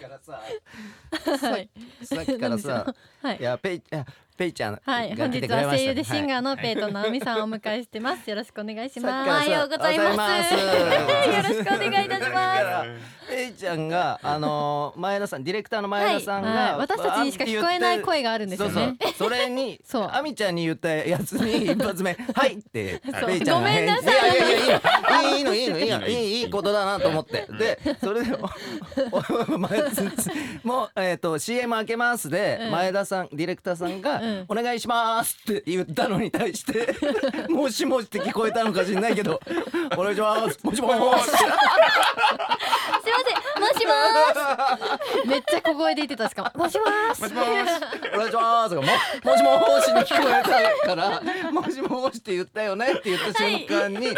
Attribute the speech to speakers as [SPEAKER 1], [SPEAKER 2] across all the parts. [SPEAKER 1] からさ
[SPEAKER 2] は
[SPEAKER 1] さ
[SPEAKER 2] い
[SPEAKER 1] さっきから
[SPEAKER 2] なん
[SPEAKER 1] さ
[SPEAKER 2] でしょうはい
[SPEAKER 1] いやペイいやペイちゃんが
[SPEAKER 2] はい、本
[SPEAKER 1] 来
[SPEAKER 2] 日
[SPEAKER 1] てくれ
[SPEAKER 2] は
[SPEAKER 1] ましたね
[SPEAKER 2] 声優でシンガーの
[SPEAKER 1] はい
[SPEAKER 2] ペイとナオミさんをお迎えしてます。よろしくお願いします。
[SPEAKER 1] さっ
[SPEAKER 2] お
[SPEAKER 1] き
[SPEAKER 2] は
[SPEAKER 1] から
[SPEAKER 2] ようございます。
[SPEAKER 1] おはようございます
[SPEAKER 2] よろしくお願いいたし
[SPEAKER 1] だか
[SPEAKER 2] ま
[SPEAKER 1] らペイちゃんがあのー前田さんディレクターの
[SPEAKER 2] す。
[SPEAKER 1] 前田さんが、
[SPEAKER 2] はいはい、私たちにしか聞こえない声があるんです
[SPEAKER 1] そ
[SPEAKER 2] よ
[SPEAKER 1] う
[SPEAKER 2] ね。
[SPEAKER 1] そうそれに
[SPEAKER 2] そう
[SPEAKER 1] あみちゃんに言ったやつに一発目「はい」って
[SPEAKER 2] そう
[SPEAKER 1] ペイちゃんが返事
[SPEAKER 2] ごめんなさい
[SPEAKER 1] いやいやいやいいのいいのいいのいいのいいいいいいことだなと思ってでそれでおお前田さんもうえっ、と CM 開けますで、
[SPEAKER 2] うん
[SPEAKER 1] 前田さんディレクターさんが
[SPEAKER 2] うん
[SPEAKER 1] 「お願いします」って言ったのに対して「もしもし」って聞こえたのか知んないけど「お願いします」「もしもし」
[SPEAKER 3] すいません、もしもーす。
[SPEAKER 2] めっちゃ小声で言ってたしかも。もしもーし。
[SPEAKER 4] もしもし。
[SPEAKER 1] お願いします」ももしもし」に聞こえたから「もしもし」って言ったよねって言った瞬間に、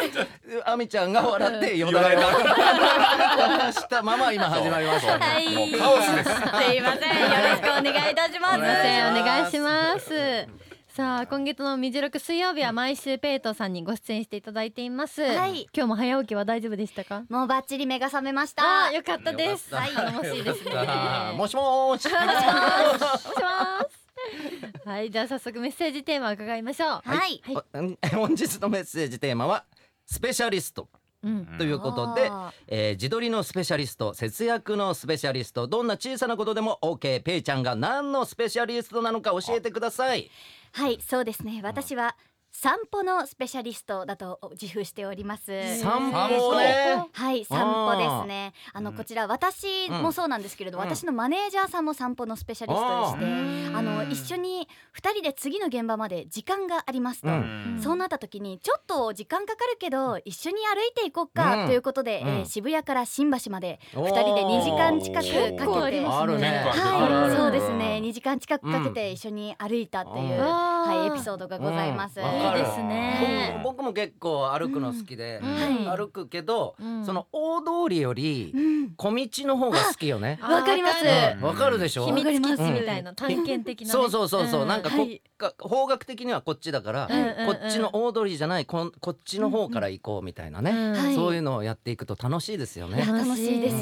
[SPEAKER 1] あみちゃんが笑ってよだれが話したまま今始まりました。
[SPEAKER 3] はい。すい
[SPEAKER 4] カオスです。
[SPEAKER 3] ません、よろしくお願いいたしますす。
[SPEAKER 2] いませんお願いします。さあ今月の「みじろく水曜日」は毎週ペイトさんにご出演していただいています、
[SPEAKER 3] はい
[SPEAKER 2] 今日も早起きは大丈夫でしたか
[SPEAKER 3] もうバッチリ目が覚めました。
[SPEAKER 2] あーよかったです
[SPEAKER 1] よかった
[SPEAKER 2] はい楽しいですね
[SPEAKER 1] あーもしもーし。
[SPEAKER 2] しますはいじゃあ早速メッセージテーマを伺いましょう
[SPEAKER 3] はい。
[SPEAKER 2] は
[SPEAKER 1] おん 本日のメッセージテーマはスペシャリスト
[SPEAKER 2] うん
[SPEAKER 1] ということで、
[SPEAKER 3] あー
[SPEAKER 1] えー自撮りのスペシャリスト節約のスペシャリストどんな小さなことでも OK ペイちゃんが何のスペシャリストなのか教えてください
[SPEAKER 3] はい、そうですね。私は散歩のスペシャリストだと自負しております。
[SPEAKER 2] えー
[SPEAKER 1] 散歩をね
[SPEAKER 3] はい、散歩ですね。あのこちら私
[SPEAKER 1] うん
[SPEAKER 3] もそうなんですけれど、
[SPEAKER 1] うん
[SPEAKER 3] 私のマネージャーさんも散歩のスペシャリストで
[SPEAKER 2] う
[SPEAKER 3] して。
[SPEAKER 2] ん
[SPEAKER 3] あの一緒に2人で次の現場まで時間がありますと、
[SPEAKER 1] うん
[SPEAKER 2] ん
[SPEAKER 3] そうなった時にちょっと時間かかるけど一緒に歩いていこうか、
[SPEAKER 1] うん
[SPEAKER 3] ということで、えー
[SPEAKER 1] うん
[SPEAKER 3] 渋谷から新橋まで
[SPEAKER 1] 2
[SPEAKER 3] 2人で2時間近く
[SPEAKER 2] 結構
[SPEAKER 3] か
[SPEAKER 2] あ
[SPEAKER 3] け
[SPEAKER 2] り
[SPEAKER 3] て。
[SPEAKER 2] ますね
[SPEAKER 1] あるね
[SPEAKER 4] 結構ある
[SPEAKER 3] は
[SPEAKER 2] あ
[SPEAKER 3] い、
[SPEAKER 2] る
[SPEAKER 3] そうですね。2時間近くかけて一緒に歩いたってい
[SPEAKER 1] うん
[SPEAKER 3] う、はい
[SPEAKER 2] あー
[SPEAKER 3] エピソードがございます。
[SPEAKER 1] うん
[SPEAKER 2] い
[SPEAKER 1] わか
[SPEAKER 2] い
[SPEAKER 1] る
[SPEAKER 2] ですね
[SPEAKER 1] 僕も結構歩くの好きで、
[SPEAKER 2] うん
[SPEAKER 1] 歩くけど、
[SPEAKER 2] うん
[SPEAKER 1] その大通りより
[SPEAKER 3] うん、
[SPEAKER 1] 小道の方が好きよね。
[SPEAKER 3] わかります
[SPEAKER 1] うんわ、かるでしょ
[SPEAKER 2] 秘。密
[SPEAKER 3] わかりま
[SPEAKER 2] 基
[SPEAKER 3] す
[SPEAKER 2] 地みたいな探検的なね
[SPEAKER 1] そうそうそうそう、
[SPEAKER 2] ん
[SPEAKER 1] なんかこ、
[SPEAKER 2] はい
[SPEAKER 1] か方角的にはこっちだから、
[SPEAKER 2] うんうんうん
[SPEAKER 1] こっちの大通りじゃないこんこっちの方から行こうみたいなね、
[SPEAKER 2] うん
[SPEAKER 3] はい
[SPEAKER 1] そういうのをやっていくと楽しいですよね。
[SPEAKER 2] 楽
[SPEAKER 3] 楽しいです。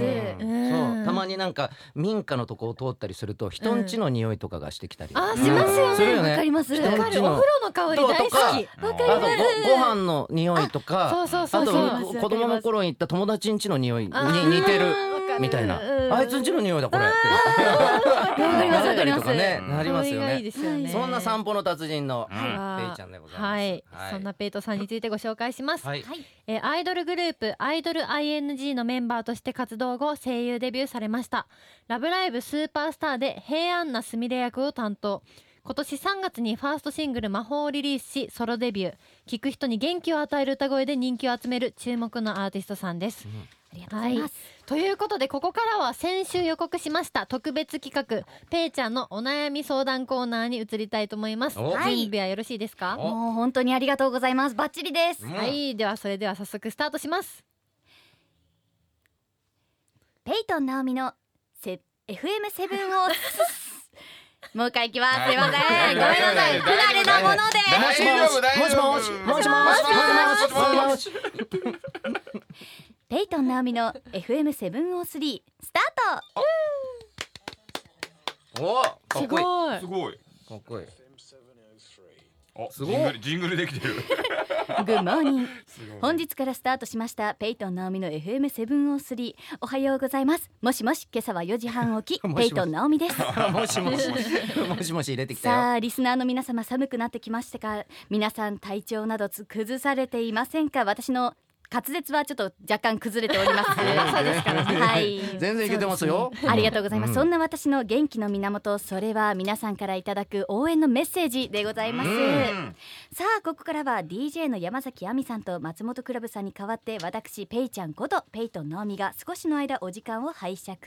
[SPEAKER 1] う
[SPEAKER 2] うんん
[SPEAKER 1] そうたまになんか民家のとこを通ったりすると人ん家の匂いとかがしてきたり、
[SPEAKER 2] あ
[SPEAKER 1] う
[SPEAKER 2] ー
[SPEAKER 1] ん
[SPEAKER 2] しますよ
[SPEAKER 1] する
[SPEAKER 2] ね
[SPEAKER 1] よね
[SPEAKER 3] わかります。
[SPEAKER 1] 人
[SPEAKER 2] わ
[SPEAKER 1] ん
[SPEAKER 2] か
[SPEAKER 1] ち
[SPEAKER 2] る
[SPEAKER 1] の
[SPEAKER 2] お風呂の香り大
[SPEAKER 1] とか
[SPEAKER 2] 好き
[SPEAKER 3] わかり
[SPEAKER 1] あと
[SPEAKER 3] ます
[SPEAKER 1] ごご飯の匂いとか
[SPEAKER 2] そうそうそうそう
[SPEAKER 1] あと子供の頃に行った友達ん家の匂いに
[SPEAKER 2] あー
[SPEAKER 1] 似てる
[SPEAKER 2] わかる
[SPEAKER 1] みたいな
[SPEAKER 2] う
[SPEAKER 1] あいつん家の匂いだこれ って
[SPEAKER 2] わかります
[SPEAKER 1] なったとかね
[SPEAKER 4] わかり
[SPEAKER 1] なりま
[SPEAKER 4] ます
[SPEAKER 1] すよ
[SPEAKER 2] 香りがいい
[SPEAKER 1] ね
[SPEAKER 2] ですよね
[SPEAKER 1] そんな散歩の達人のペ
[SPEAKER 2] はい
[SPEAKER 1] イちゃんでございます
[SPEAKER 2] はい、そんなペイトさんについてご紹介します、
[SPEAKER 1] はい
[SPEAKER 3] はい、
[SPEAKER 2] えーアイドルグループアイドル ING のメンバーとして活動後声優デビューされました「ラブライブスーパースター」で平安なすみれ役を担当今年3月にファーストシングル「魔法」をリリースしソロデビュー聴く人に元気を与える歌声で人気を集める注目のアーティストさんです
[SPEAKER 3] ありがとうございます。
[SPEAKER 2] ということでここからは先週予告しました特別企画ペイちゃんのお悩み相談コーナーに移りたいと思います
[SPEAKER 1] お
[SPEAKER 3] はい
[SPEAKER 2] 準備はよろしいですか
[SPEAKER 1] お
[SPEAKER 3] もう本当にありがとうございます。バッチリです。
[SPEAKER 1] うん
[SPEAKER 2] はいではそれでは早速スタートします
[SPEAKER 3] ペイトン直美のセ FM セブンをもう一回いきます。すいません。ごめんなさい。不慣れなもので。
[SPEAKER 1] もしもしもしもしもしもしもしもしもしもし
[SPEAKER 3] ペイトン直美の FM セブンをスリースタート。
[SPEAKER 1] おかっこいいか
[SPEAKER 2] ごい
[SPEAKER 4] すごい。
[SPEAKER 1] っこいい
[SPEAKER 4] お、
[SPEAKER 1] すごい
[SPEAKER 4] ジングルジングルできてる。
[SPEAKER 3] グッモーニング。
[SPEAKER 4] すごい
[SPEAKER 3] 本日からスタートしましたペイトン直美の FM セブンをスリーおはようございます。もしもし今朝は4時半起
[SPEAKER 1] もし もし
[SPEAKER 3] きペイトン直美です。
[SPEAKER 1] もしもしもしもし入れてきたよ
[SPEAKER 3] さあリスナーの皆様寒くなってきましたか皆さん体調などつ崩されていませんか私の滑舌はちょっと若干崩れておりま す
[SPEAKER 1] そうですからね
[SPEAKER 3] はい
[SPEAKER 1] 全然いけてますよ
[SPEAKER 3] そうですねありがとうございます、
[SPEAKER 1] うん
[SPEAKER 3] そんな私の元気の源それは皆さんからいただく応援のメッセージでございます、
[SPEAKER 4] うん
[SPEAKER 3] さあここからは DJ の山崎亜美さんと松本クラブさんに代わって私ペイちゃんことペイと直美が少しの間お時間を拝借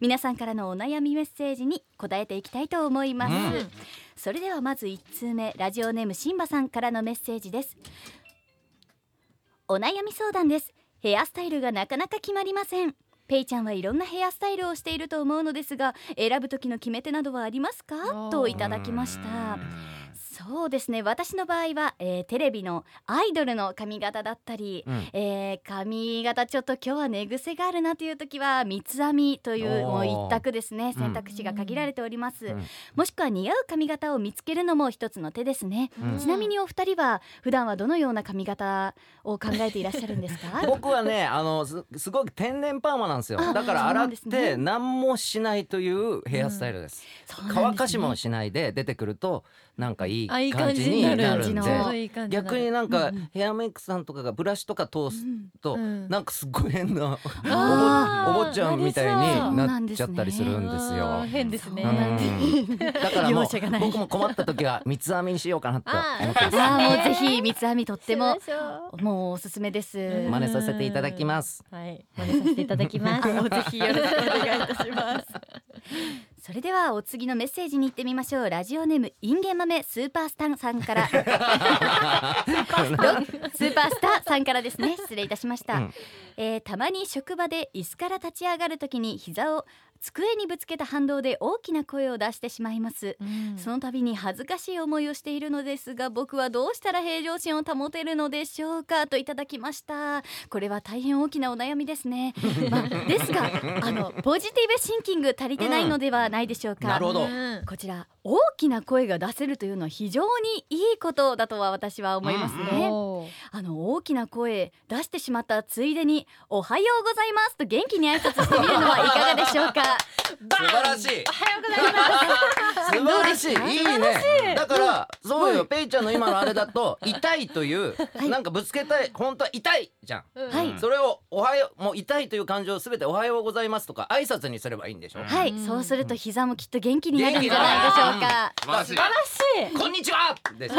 [SPEAKER 3] 皆さんからのお悩みメッセージに答えていきたいと思います、
[SPEAKER 1] うん
[SPEAKER 3] それではまず1通目ラジオネームシンバさんからのメッセージですお悩み相談ですヘアスタイルがなかなか決まりませんペイちゃんはいろんなヘアスタイルをしていると思うのですが選ぶ時の決め手などはあります
[SPEAKER 2] お
[SPEAKER 3] か
[SPEAKER 2] ー
[SPEAKER 3] といただきました
[SPEAKER 4] うん
[SPEAKER 3] そそうですね私の場合は、えーテレビのアイドルの髪型だったり、
[SPEAKER 1] うん
[SPEAKER 3] えー髪型ちょっと今日は寝癖があるなという時は三つ編みというも
[SPEAKER 1] お
[SPEAKER 3] う
[SPEAKER 1] ー
[SPEAKER 3] 一択ですね
[SPEAKER 1] うん
[SPEAKER 3] 選択肢が限られております、
[SPEAKER 1] うん
[SPEAKER 3] もしくは似合う髪型を見つけるのも一つの手ですね、
[SPEAKER 1] うん
[SPEAKER 3] ちなみにお二人は普段はどのような髪型を考えていらっしゃるんです か
[SPEAKER 1] 僕はねあのすすごく天然パーマなんですよ
[SPEAKER 3] あ
[SPEAKER 1] だから
[SPEAKER 3] そうな
[SPEAKER 1] 洗
[SPEAKER 3] ん
[SPEAKER 1] っ
[SPEAKER 3] ですね
[SPEAKER 1] て何もしないというヘアスタイルです、
[SPEAKER 3] そうなんですね
[SPEAKER 1] 乾かしもしないで出てくるとなんかいい
[SPEAKER 2] あいい
[SPEAKER 1] 感
[SPEAKER 2] 感
[SPEAKER 1] じ
[SPEAKER 2] じ
[SPEAKER 1] に
[SPEAKER 2] にな
[SPEAKER 1] な
[SPEAKER 2] る
[SPEAKER 1] るん
[SPEAKER 3] いい感
[SPEAKER 1] で
[SPEAKER 3] じの
[SPEAKER 2] いい感じ
[SPEAKER 1] 逆になんか
[SPEAKER 3] うんうん
[SPEAKER 1] ヘアメイクさんとかがブラシとか通す
[SPEAKER 3] うん
[SPEAKER 1] と
[SPEAKER 2] うん
[SPEAKER 1] なんかすごい変な
[SPEAKER 2] あー
[SPEAKER 1] お坊お坊ちゃんみたいになっちゃったりするんです
[SPEAKER 2] あ
[SPEAKER 1] よ
[SPEAKER 2] ー。変です
[SPEAKER 3] そ
[SPEAKER 2] ね
[SPEAKER 3] うなんです
[SPEAKER 1] うんだからもう
[SPEAKER 3] 容赦がない
[SPEAKER 1] 僕も困った時は三つ編みにしようかなと思ってます。
[SPEAKER 3] あーもうぜひ三つ編み とっても
[SPEAKER 2] しましょう
[SPEAKER 3] もうおすすめです、
[SPEAKER 2] うん
[SPEAKER 1] 真似させていただきます。
[SPEAKER 2] はい真似させていただきますもうぜひよろ しくお願いいたします
[SPEAKER 3] それではお次のメッセージに行ってみましょうラジオネームインゲン豆スーパースターさ んからスーパースターさんからですね失礼いたしました、
[SPEAKER 1] うん
[SPEAKER 3] えーたまに職場で椅子から立ち上がるときに膝を机にぶつけた反動で大きな声を出してしまいます、その度に恥ずかしい思いをしているのですが僕はどうしたら平常心を保てるのでしょうかといただきましたこれは大変大きなお悩みですね、まあ、で すがあのポジティブシンキング足りてないのではないでしょうか、
[SPEAKER 1] なるほど。
[SPEAKER 2] うん
[SPEAKER 3] こちら大きな声が出せるというのは非常にいいことだとは私は思いますね、
[SPEAKER 2] おー
[SPEAKER 3] あの大きな声出してしまったついでにおはようございますと元気に挨拶してみるのはいかがでしょうか
[SPEAKER 1] 素晴らしい。おはようございます。素晴らしい。いいね。だから、そうよ、ペイちゃんの今のあれだと、痛いという、
[SPEAKER 3] い
[SPEAKER 1] なんかぶつけたい、本当は痛いじゃん。
[SPEAKER 2] うん
[SPEAKER 3] はい
[SPEAKER 1] それを、おはよう、もう痛いという感情をすべておはようございますとか、挨拶にすればいいんでしょ
[SPEAKER 3] はい、
[SPEAKER 2] うん
[SPEAKER 3] そうすると膝もきっと元気になるんじゃないでしょうか
[SPEAKER 4] 素晴らしい。
[SPEAKER 1] こんにちは。でしょ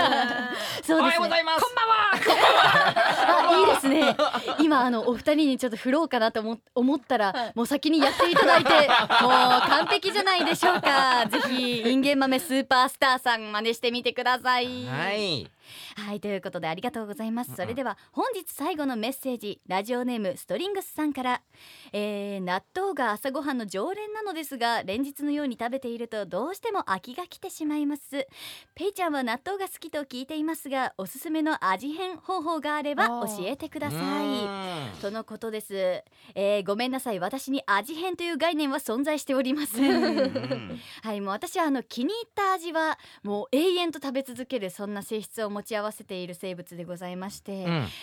[SPEAKER 3] そ
[SPEAKER 1] お
[SPEAKER 3] う
[SPEAKER 1] は
[SPEAKER 3] で
[SPEAKER 1] よ
[SPEAKER 3] す
[SPEAKER 1] うご
[SPEAKER 3] ね
[SPEAKER 1] ざいます。こんばん
[SPEAKER 3] あいいですね今あのお二人にちょっと振ろうかなと思思ったら、もう先にやっていただいてもう完璧じゃないでしょうかぜひインゲン豆スーパースターさん真似してみてください
[SPEAKER 1] はい。
[SPEAKER 3] はいということでありがとうございますそれでは本日最後のメッセージラジオネームストリングスさんから、えー納豆が朝ごはんの常連なのですが連日のように食べているとどうしても飽きが来てしまいますペイちゃんは納豆が好きと聞いていますがおすすめの味変方法があれば
[SPEAKER 2] あー
[SPEAKER 3] 教えてください
[SPEAKER 1] い
[SPEAKER 3] とのことです、えーごめんなさい私に味変という概念は存在しております
[SPEAKER 4] うん
[SPEAKER 3] はいもう私はあの気に入った味はもう永遠と食べ続けるそんな性質を持ち合わせている生物でございまして、
[SPEAKER 1] うん。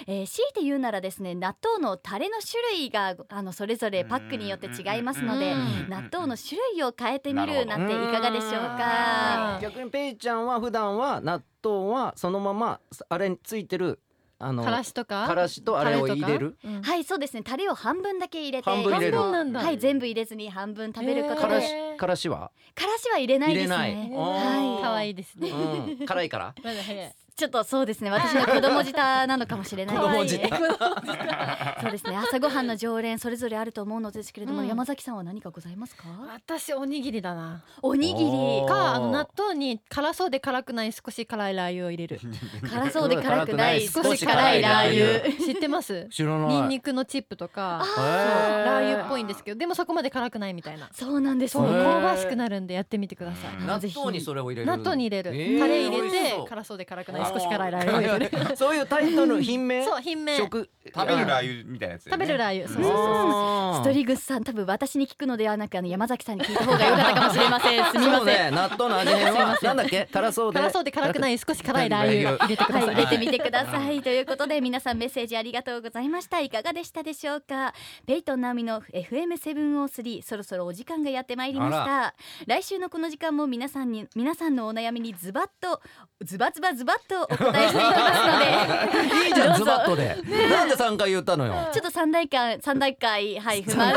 [SPEAKER 3] えー強いて言うならですね納豆のタレの種類があのそれぞれパックによって違いますので
[SPEAKER 2] うん
[SPEAKER 3] 納豆の種類を変えてみる
[SPEAKER 4] な
[SPEAKER 3] なんていかがでしょう
[SPEAKER 2] う
[SPEAKER 3] か
[SPEAKER 2] ん
[SPEAKER 1] 逆にペイちゃんは普段は納豆はそのままあれについてるあの
[SPEAKER 2] からしとか
[SPEAKER 1] からしとあれを入れる
[SPEAKER 2] タレとかうん
[SPEAKER 3] はいそうですねタレを半分だけ入れて
[SPEAKER 1] 半分入れる
[SPEAKER 2] 半分なんだ
[SPEAKER 3] はい全部入れずに半分食べるこ
[SPEAKER 2] へ
[SPEAKER 3] とで、
[SPEAKER 1] か
[SPEAKER 2] ー
[SPEAKER 1] ら
[SPEAKER 2] へ
[SPEAKER 1] し
[SPEAKER 2] ー
[SPEAKER 1] からしは、
[SPEAKER 3] からしは入れないです
[SPEAKER 1] 入れない
[SPEAKER 3] ね
[SPEAKER 1] おー
[SPEAKER 3] は
[SPEAKER 2] 可愛いですね
[SPEAKER 1] うん、辛い から
[SPEAKER 2] まだ早い
[SPEAKER 3] いちょっとそうですね私の子供舌なのかもしれない
[SPEAKER 1] 子供舌
[SPEAKER 2] 可愛い
[SPEAKER 3] そうですね朝ごはんの常連それぞれあると思うのですけれども、
[SPEAKER 2] うん
[SPEAKER 3] 山崎さんは何かございますか
[SPEAKER 2] 私おにぎりだな
[SPEAKER 3] おにぎ
[SPEAKER 1] お
[SPEAKER 3] り
[SPEAKER 2] かあ
[SPEAKER 1] おー
[SPEAKER 2] の納豆に辛そうで辛くない少し辛いラー油を入れる
[SPEAKER 3] 辛そうで 辛くない
[SPEAKER 1] 辛く
[SPEAKER 3] 少
[SPEAKER 1] ない
[SPEAKER 3] し辛いラー油
[SPEAKER 2] 知ってます
[SPEAKER 1] 知らない
[SPEAKER 2] ニンニクのチップとか
[SPEAKER 1] へ
[SPEAKER 2] そう
[SPEAKER 1] ー
[SPEAKER 2] ラー油っぽいんですけどでもそこまで辛くないみたいな
[SPEAKER 3] そうなんです
[SPEAKER 2] そう
[SPEAKER 1] へ
[SPEAKER 2] 香
[SPEAKER 1] ー
[SPEAKER 3] ね
[SPEAKER 2] ばしくなるんでやってみてください
[SPEAKER 1] 納豆にそれを入れる
[SPEAKER 2] 納豆に入れる、
[SPEAKER 1] えー
[SPEAKER 2] タレ入
[SPEAKER 1] 美味
[SPEAKER 2] れ
[SPEAKER 1] してそう
[SPEAKER 2] 辛そうで辛くない少し辛いラー油を入れ る
[SPEAKER 1] そういうタイトル品名
[SPEAKER 2] そう品名
[SPEAKER 1] 食
[SPEAKER 2] 食
[SPEAKER 4] 食べるラー油みたいなやつだよね。
[SPEAKER 2] べるラー油そううんそうそうそう
[SPEAKER 3] ストリグスさん多分私に聞くのではなくあの山崎さんに聞いた方が良かったかもしれませんすみません、
[SPEAKER 1] そうね納豆の味 変はなんだっけ辛そうで
[SPEAKER 2] 辛そうで辛くない少し辛いラー油を入れてくだ
[SPEAKER 3] はい
[SPEAKER 2] さい、
[SPEAKER 3] 入れてみてくださいということで皆さんメッセージありがとうございましたいかがでしたでしょうかペイトンナオミの FM703 そろそろお時間がやってまいりまし
[SPEAKER 1] あ
[SPEAKER 3] た来週のこの時間も皆さんに皆さんのお悩みにズバッとズバズバズバッとお答えしていき ますので
[SPEAKER 1] いいじゃんズバッと でなんで三回言ったのよ
[SPEAKER 3] ちょっと三大会三大会はい不満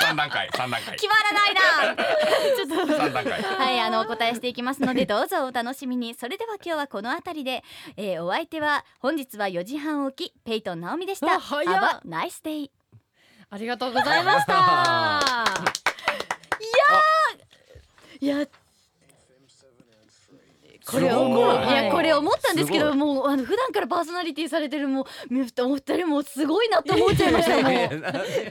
[SPEAKER 4] 三段階、三段階、
[SPEAKER 3] 決まらないな
[SPEAKER 4] 三段階。
[SPEAKER 3] はい、あのお答えしていきますのでどうぞお楽しみに。それでは今日はこのあたりで、えー、お相手は本日は4時半起きペイトン直美でし
[SPEAKER 2] う
[SPEAKER 3] た。
[SPEAKER 2] わ早っ
[SPEAKER 3] ハバナイスデイ。
[SPEAKER 2] ありがとうございましたいやーいやこ れ
[SPEAKER 1] すごい
[SPEAKER 2] はい
[SPEAKER 3] やこれ思ったんですけ
[SPEAKER 1] すご
[SPEAKER 3] ど
[SPEAKER 1] い
[SPEAKER 3] もうあの普段からパーソナリティされてるもうみお二人もすごいなと思っちゃいましたもう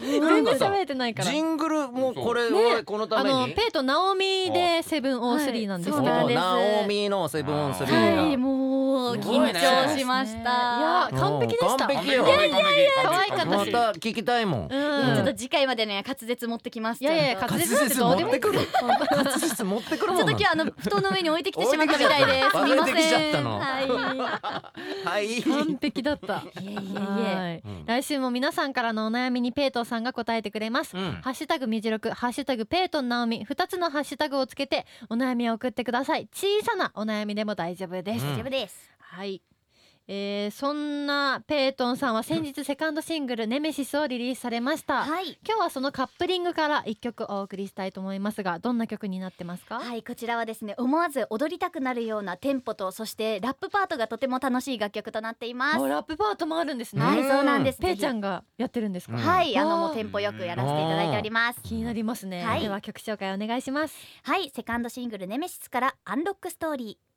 [SPEAKER 2] 全然喋れてないから
[SPEAKER 1] ジングルもこれ
[SPEAKER 3] そう
[SPEAKER 1] 俺このた
[SPEAKER 2] あ
[SPEAKER 1] め
[SPEAKER 2] の
[SPEAKER 1] に
[SPEAKER 2] ペイとナオミでセブンオースリーなんですけど、
[SPEAKER 3] はいそうなん
[SPEAKER 2] い
[SPEAKER 3] です
[SPEAKER 1] ナオミのセブンオンスリー
[SPEAKER 3] は
[SPEAKER 1] が
[SPEAKER 3] いもう
[SPEAKER 4] すご
[SPEAKER 3] 緊
[SPEAKER 4] いね
[SPEAKER 3] 張しました、
[SPEAKER 2] や完璧でした
[SPEAKER 1] 完璧よ
[SPEAKER 4] いやいやいや
[SPEAKER 2] 可愛かったし
[SPEAKER 1] また聞きたいもん。
[SPEAKER 2] うん
[SPEAKER 3] ちょっと次回までね滑舌持ってきます
[SPEAKER 2] いやいや
[SPEAKER 3] ちゃんと
[SPEAKER 2] 滑
[SPEAKER 1] 滑
[SPEAKER 2] 舌なんて
[SPEAKER 1] 舌
[SPEAKER 2] ど
[SPEAKER 1] 持
[SPEAKER 2] うで
[SPEAKER 1] っ
[SPEAKER 2] もい
[SPEAKER 1] て
[SPEAKER 2] い
[SPEAKER 1] くる。滑舌持ってくる
[SPEAKER 3] ちょ
[SPEAKER 1] も
[SPEAKER 3] っ
[SPEAKER 1] んな
[SPEAKER 3] と今
[SPEAKER 1] の
[SPEAKER 3] 日あの布団の上に置いてきてしまったみたいですす
[SPEAKER 1] 置
[SPEAKER 3] み
[SPEAKER 1] い
[SPEAKER 3] ま
[SPEAKER 1] てきちゃ
[SPEAKER 3] せ
[SPEAKER 1] っ
[SPEAKER 3] ん
[SPEAKER 1] たの
[SPEAKER 3] は
[SPEAKER 1] はい。
[SPEAKER 2] 完璧だった
[SPEAKER 3] いいえいえいえ
[SPEAKER 2] はい
[SPEAKER 1] うん
[SPEAKER 2] 来週も皆さんからのお悩みにペイトンさんが答えてくれます、
[SPEAKER 1] うん
[SPEAKER 2] ハッシュタグみじろくハッシュタグペイトンなおみ二つのハッシュタグをつけてお悩みを送ってください小さなお悩みでも大丈夫です、
[SPEAKER 1] うん
[SPEAKER 3] 大丈夫です
[SPEAKER 2] はいえー、そんなペイトンさんは先日セカンドシングル「ネメシス」をリリースされました、
[SPEAKER 3] はい
[SPEAKER 2] 今日はそのカップリングから一曲お送りしたいと思いますがどんな曲になってますか、
[SPEAKER 3] はいこちらはですね思わず踊りたくなるようなテンポとそしてラップパートがとても楽しい楽曲となっています
[SPEAKER 2] おラップパートもあるんですね、
[SPEAKER 3] は
[SPEAKER 1] う
[SPEAKER 3] い
[SPEAKER 1] ん
[SPEAKER 3] そうなんです
[SPEAKER 2] ペイちゃ
[SPEAKER 3] ぜ
[SPEAKER 2] んがやってるんですか、
[SPEAKER 1] う
[SPEAKER 3] ひ
[SPEAKER 1] ん
[SPEAKER 3] はいあ
[SPEAKER 2] わ
[SPEAKER 3] の
[SPEAKER 2] あ
[SPEAKER 3] もうテンポよくやらせていただいております
[SPEAKER 2] 気になりますね、
[SPEAKER 3] はい
[SPEAKER 2] では曲紹介お願いします
[SPEAKER 3] はいセカンドシングルネメシスからアンロックストーリー